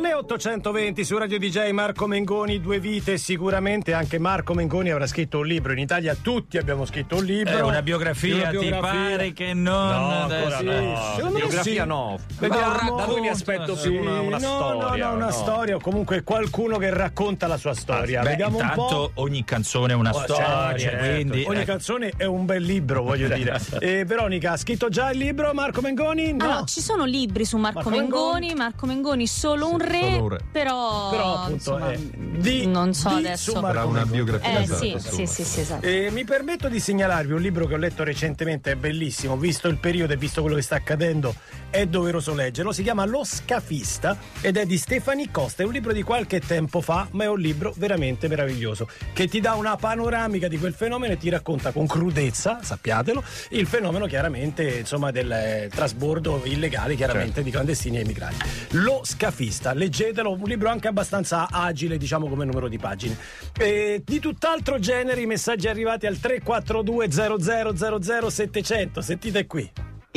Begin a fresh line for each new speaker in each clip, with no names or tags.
Le 820 su Radio DJ Marco Mengoni, due vite. Sicuramente anche Marco Mengoni avrà scritto un libro. In Italia tutti abbiamo scritto un libro.
È Eh, una biografia,
Una biografia.
ti pare che non
No, ancora
adesso.
no.
Secondo me
Biografia
sì.
no.
Vediamo.
Da un ra- Da lui mi aspetto
Sì,
più una,
no,
una storia.
No, no, una
no.
storia o comunque qualcuno che racconta la sua storia.
Ah, Beh,
Vediamo un
intanto
po'.
ogni canzone è una
Oh, certo,
storia,
certo.
quindi
ogni
ecco.
canzone è un bel libro, voglio dire. E Veronica ha scritto già il libro Marco Mengoni? No.
Allora, ci sono libri su Marco,
Marco
Mengoni,
Mengoni.
Marco Mengoni solo,
Sì,
un re,
solo un re.
però,
Però appunto
insomma, mm,
eh, di,
non so
di
adesso.
su Marco
Sarà una
Mengoni.
biografia.
eh
esatta,
sì,
insomma.
sì, sì, sì, esatto.
E mi permetto di segnalarvi un libro che ho letto recentemente, è bellissimo, visto il periodo e visto quello che sta accadendo, è doveroso leggerlo. Si chiama Lo Scafista ed è di Stefani Costa. È un libro di qualche tempo fa, ma è un libro veramente meraviglioso che ti dà una panoramica di quel fenomeno e ti racconta con crudezza, sappiatelo, il fenomeno chiaramente insomma, del eh, trasbordo illegale chiaramente
Certo.
di clandestini e immigrati. Lo Scafista, leggetelo, un libro anche abbastanza agile, diciamo come numero di pagine. E di tutt'altro genere i messaggi arrivati al 342 00 700. Sentite qui.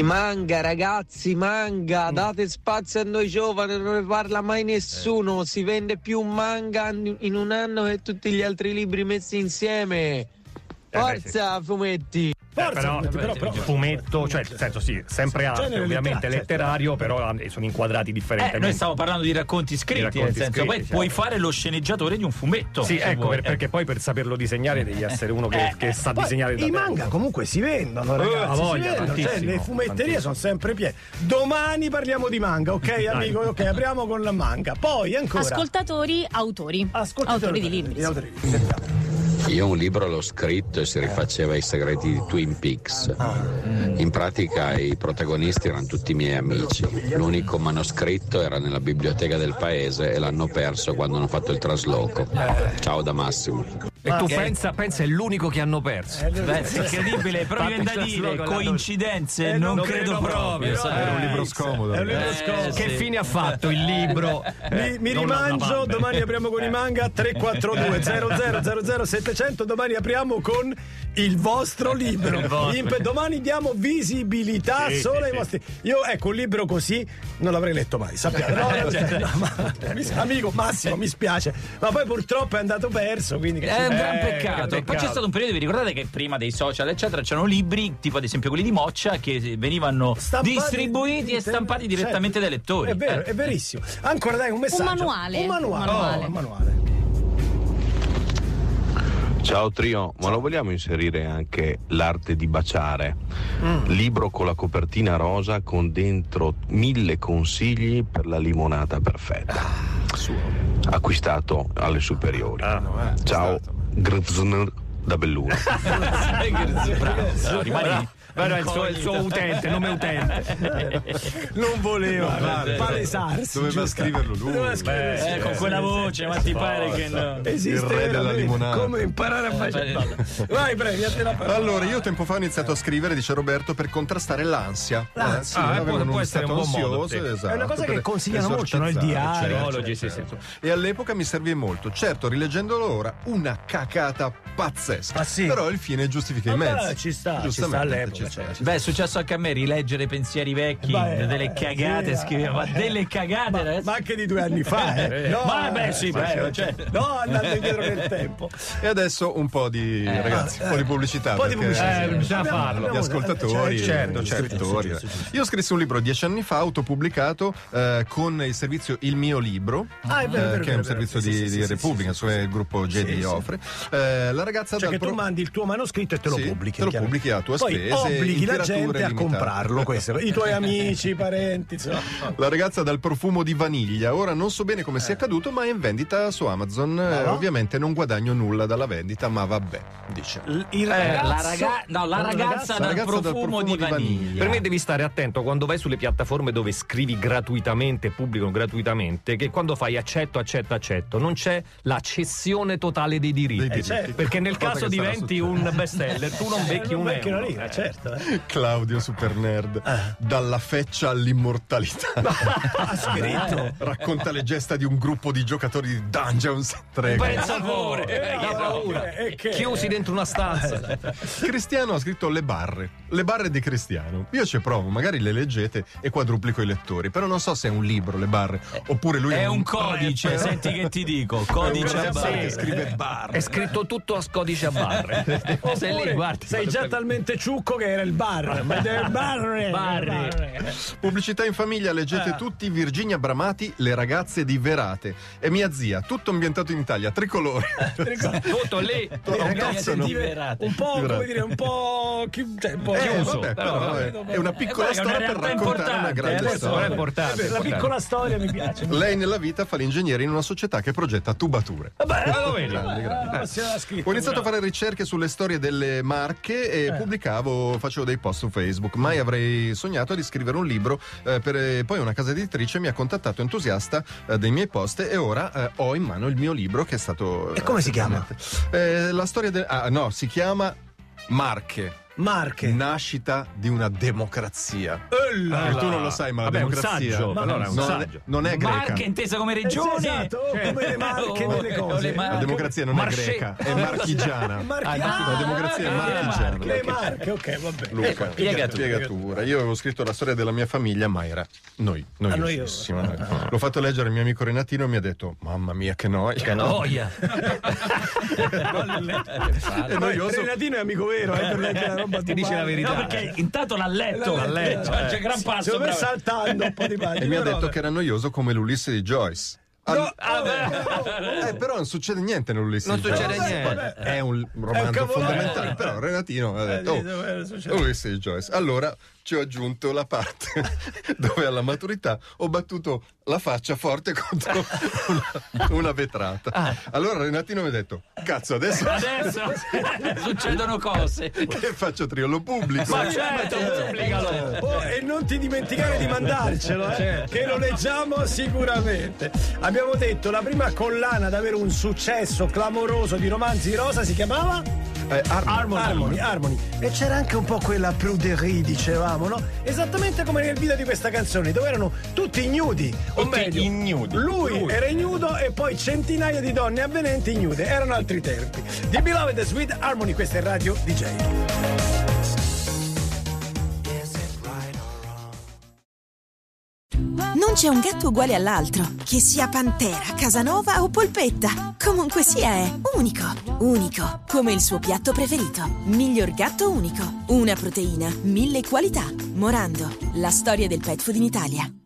Manga ragazzi, manga,
Mm.
date spazio a noi giovani, non ne parla mai
Eh.
nessuno, si vende più un manga in in un anno che tutti gli altri libri messi insieme.
Eh beh, sì.
Forza, fumetti!
Eh,
Forza,
però,
fumetti, però, però-
fumetto, cioè nel senso sì, sempre arte,
Genere
ovviamente
letterario, certo.
letterario, però ah, sono inquadrati
Eh, noi
differentemente.
stiamo parlando di racconti scritti,
racconti
nel senso,
scritti,
poi
certo.
puoi fare lo sceneggiatore di un fumetto.
sì,
se
ecco,
vuoi.
per- perché poi per saperlo disegnare devi essere uno che,
Eh,
che sa
Poi,
disegnare da
I
tempo.
manga comunque si vendono,
Eh,
ragazzi.
ha voglia,
si vendono. Cioè,
tantissimo,
le fumetterie
tantissimo.
sono sempre piene. Domani parliamo di manga, ok, amico? Ok, apriamo con la manga. Poi ancora.
Ascoltatori, autori.
Ascoltatori
autori di libri. sì.
autori di libri, sentiamo.
Io un libro l'ho scritto e si rifaceva i segreti di Twin Peaks.
Ah.
In pratica i protagonisti erano tutti miei amici. L'unico manoscritto era nella biblioteca del paese e l'hanno perso quando hanno fatto il trasloco. Ciao da Massimo.
E tu pensa, pensa è l'unico che hanno perso.
Beh, sì, incredibile, però mi viene da
Tanto
dire
trasloco l'hanno-
coincidenze,
Eh,
non,
non
credo,
credo
proprio.
proprio,
sai.
eh. Era un libro
Eh,
scomodo. Eh.
È un libro
Eh,
scomodo.
Che
sì.
fine ha fatto il libro?
Mi, mi
non una
rimangio,
bambe. Eh.
domani apriamo con i manga 342 00 700 domani apriamo con il vostro libro. In- domani diamo visibilità
Sì,
solo
sì,
ai
sì.
vostri. Io ecco un libro così non l'avrei letto mai, sappiate. No,
Eh,
no,
certo.
no, ma- mi- amico Massimo, mi spiace, ma poi purtroppo è andato perso, quindi che
È
ci-
un gran
Eh,
peccato.
gran
Poi
peccato.
c'è stato un periodo, vi ricordate che prima dei social, eccetera, c'erano libri, tipo ad esempio quelli di Moccia, che venivano
stampati-
distribuiti e stampati
Certo.
direttamente dai lettori.
È vero,
Eh.
è verissimo. Ancora dai un messaggio.
manuale.
Un manuale.
Un manuale.
Oh, un manuale.
Ciao Trio, ma lo vogliamo inserire anche l'arte di baciare?
Mm.
Libro con la copertina rosa con dentro mille consigli per la limonata perfetta.
Ah,
Acquistato alle superiori.
eh,
Ciao, Grfzner da Belluno.
Bravo, rimani.
Però è il suo, il suo utente, nome utente.
Non voleva
guarda,
palesarsi.
doveva
giusto?
scriverlo lui.
Doveva scriversi.
certo. Eh, con quella voce, ma ti pare che no.
Esiste
Il re della
veramente.
limonata.
Come imparare a fare.
Eh.
Vai, prendi a te la parola.
Allora, io tempo fa ho iniziato a scrivere, dice Roberto, per contrastare l'ansia. Eh, sì,
Ah,
avevo
può-
uno
può essere
stato
un buon modo,
ansioso,
sì.
esatto,
È una cosa che
per
consigliano molto, no? Il
esorcizzare,
diario,
certo,
sì, sì,
certo. E all'epoca mi servì molto. Certo, rileggendolo ora, una cacata pazzesca.
Ah, sì?
Però il fine giustifica i
Vabbè,
mezzi.
ci sta, ci
Giustamente,
sta all'epoca,
ci sta,
certo.
ci sta.
Beh, è successo anche a me rileggere pensieri vecchi,
Beh,
delle
eh,
cagate,
sì,
scrivevo, ma
eh.
delle cagate ragazzi.
Ma anche di due anni fa, eh?
Ma, beh, sì,
ma- cioè,
beh, certo.
No, andate indietro nel tempo.
E adesso un po' di ragazzi, un po' di pubblicità.
Eh, Un po' di
perché-
pubblicità.
Eh, bisogna
Abbiamo-
farlo.
abbiamo-
Gli ascoltatori,
eh,
gli scrittori.
giusto, giusto, giusto.
Io scrissi un libro dieci anni fa, autopubblicato eh, con il servizio Il mio libro,
Ah, è vero,
eh,
vero,
che è un
vero,
servizio
sì,
di,
sì, sì,
di
sì,
Repubblica,
sì, sì,
insomma, il gruppo Jedi
sì.
offre. Eh, la ragazza
Cioè
dal
che tu
pro-
mandi il tuo manoscritto e te lo
Sì,
pubblichi.
te lo
chiaro.
pubblichi a tua
Poi
spese,
obblighi
in
la
tirature
gente a
limitate.
comprarlo, questo. I tuoi amici, i parenti, insomma.
La ragazza dal profumo di vaniglia. Ora non so bene come
Eh.
sia accaduto, ma è in vendita su Amazon.
Ah,
Eh,
no?
Ovviamente non guadagno nulla dalla vendita, ma vabbè, dice.
L- il
Eh, la,
ragazzo-
raga- no, la
il
ragazza,
ragazzo-
dal,
ragazza
profumo
dal
di
profumo di
vaniglia.
vaniglia.
Per me devi stare attento quando vai sulle piattaforme dove scrivi gratuitamente, pubblicano gratuitamente, che quando fai accetto, accetto, accetto, non c'è la cessione totale dei diritti. Eh, certo.
Dei diritti.
Perché nel
Cosa
caso
che sarà
diventi
successa.
un best seller, tu non
Eh,
becchi
non
un
becchi
euro.
una lira, certo. certo. eh.
Claudio Supernerd,
Eh.
dalla feccia all'immortalità.
Ha scritto.
Eh, Racconta le gesta di un gruppo di giocatori di Dungeons and Dragons.
Pensa al favore, la paura.
Eh, che-
eh, Chiusi dentro una
Eh.
stanza.
Cristiano ha scritto le barre, le barre di Cristiano. Io ci provo, magari le leggete e quadruplico i lettori, però non so se è un libro le barre oppure lui è,
È un codice,
rapper.
senti che ti dico,
Eh, È un
codice a
rapper che
barre.
scrive barre.
È scritto tutto a scodice a barre. Sei lì,
Oppure
guardi.
sei già talmente ciucco che era il bar. Ma è il bar.
Barre.
Pubblicità in famiglia,
Eh.
leggete tutti Virginia Bramati, Le ragazze di Verate e mia zia, tutto ambientato in Italia, tricolore.
Tutto lì.
Eh,
Eh,
ragazzi,
ragazzi,
no.
diver- un po' come dire, un po'. chi- cioè, un po'
Eh,
chiuso.
vabbè, però,
però,
vabbè,
vabbè.
è una
Eh,
piccola
guarda,
storia
è
per
una realtà
raccontare una
importante,
eh,
grande
adesso,
storia.
è importante.
La piccola storia mi piace.
Lei nella vita fa l'ingegnere in una società che progetta tubature.
Eh, lo vedi?
Grande, grande.
Ah, se l'ha scritto,
Ho iniziato a
bravo. Eh.
fare ricerche sulle storie delle marche e pubblicavo, facevo dei post su Facebook. Mai avrei sognato di scrivere un libro. eh, per- poi una casa editrice mi ha contattato entusiasta eh, dei miei post e ora eh, ho in mano il mio libro che è stato.
E come si chiama?
Eh, la storia del. Ah, no, si chiama Marche.
Marche.
Nascita di una democrazia.
Ella.
E tu non lo sai, ma la
Ah. Vabbè, un
democrazia
saggio,
non,
allora, un
non è,
saggio.
non è greca.
Marche intesa come
Eh, sì,
regione.
Esatto, come le marche
Oh,
delle
oh,
cose.
le
La
marche.
democrazia non
Marche-
è greca, è marchigiana.
Marchigiana.
la democrazia è
Ah,
marchigiana.
Le marche, ok, Ecco, vabbè.
Luca,
Piega tu.
piegatura. Io avevo scritto la storia della mia famiglia, ma era noi,
Ah,
noi L'ho fatto leggere al mio amico Renatino e mi ha detto: Mamma mia, che noia!
Noia.
È
Ma
noioso.
Renatino è amico vero, eh, per leggere la roba
Ti
tu
dice la
parli.
verità.
No, perché intanto l'ha letto.
L'ha letto,
Cioè,
eh.
c'è gran passo.
Secondo me
bravo.
saltando un po' di pagine.
E mi ha
però-
detto che era noioso come l'Ulisse di Joyce. Ah,
No,
Ah, beh.
eh, però non succede niente nell'Ulisse
Non
di Joyce.
succede niente.
È
È un
un
romanzo
cavolone.
fondamentale. Però Renatino ha detto:
Eh, dove era
Oh,
successo?"
Ulisse di Joyce. Allora ci ho aggiunto la parte dove alla maturità ho battuto la faccia forte contro una, una vetrata. Allora Renatino mi ha detto: Cazzo, adesso
Adesso succedono cose.
che faccio triolo pubblico?
Ma certo, pubblicalo.
Oh, e non ti dimenticare di mandarcelo, eh, che lo leggiamo sicuramente. Abbiamo detto la prima collana ad avere un successo clamoroso di romanzi di rosa si chiamava
Eh, Arma.
Harmony. Harmony, Harmony. E c'era anche un po' quella pruderie, dicevamo, no? Esattamente come nel video di questa canzone, dove erano tutti ignudi. O
Tutti
meglio,
ignudi.
Lui,
Lui.
era ignudo e poi centinaia di donne avvenenti ignude. Erano altri tempi. Di Beloved e Sweet Harmony, questa è Radio DJ.
Non c'è un gatto uguale all'altro, che sia pantera, casanova o polpetta. Comunque sia è unico, unico, come il suo piatto preferito. Miglior gatto unico, una proteina, mille qualità. Morando, la storia del pet food in Italia.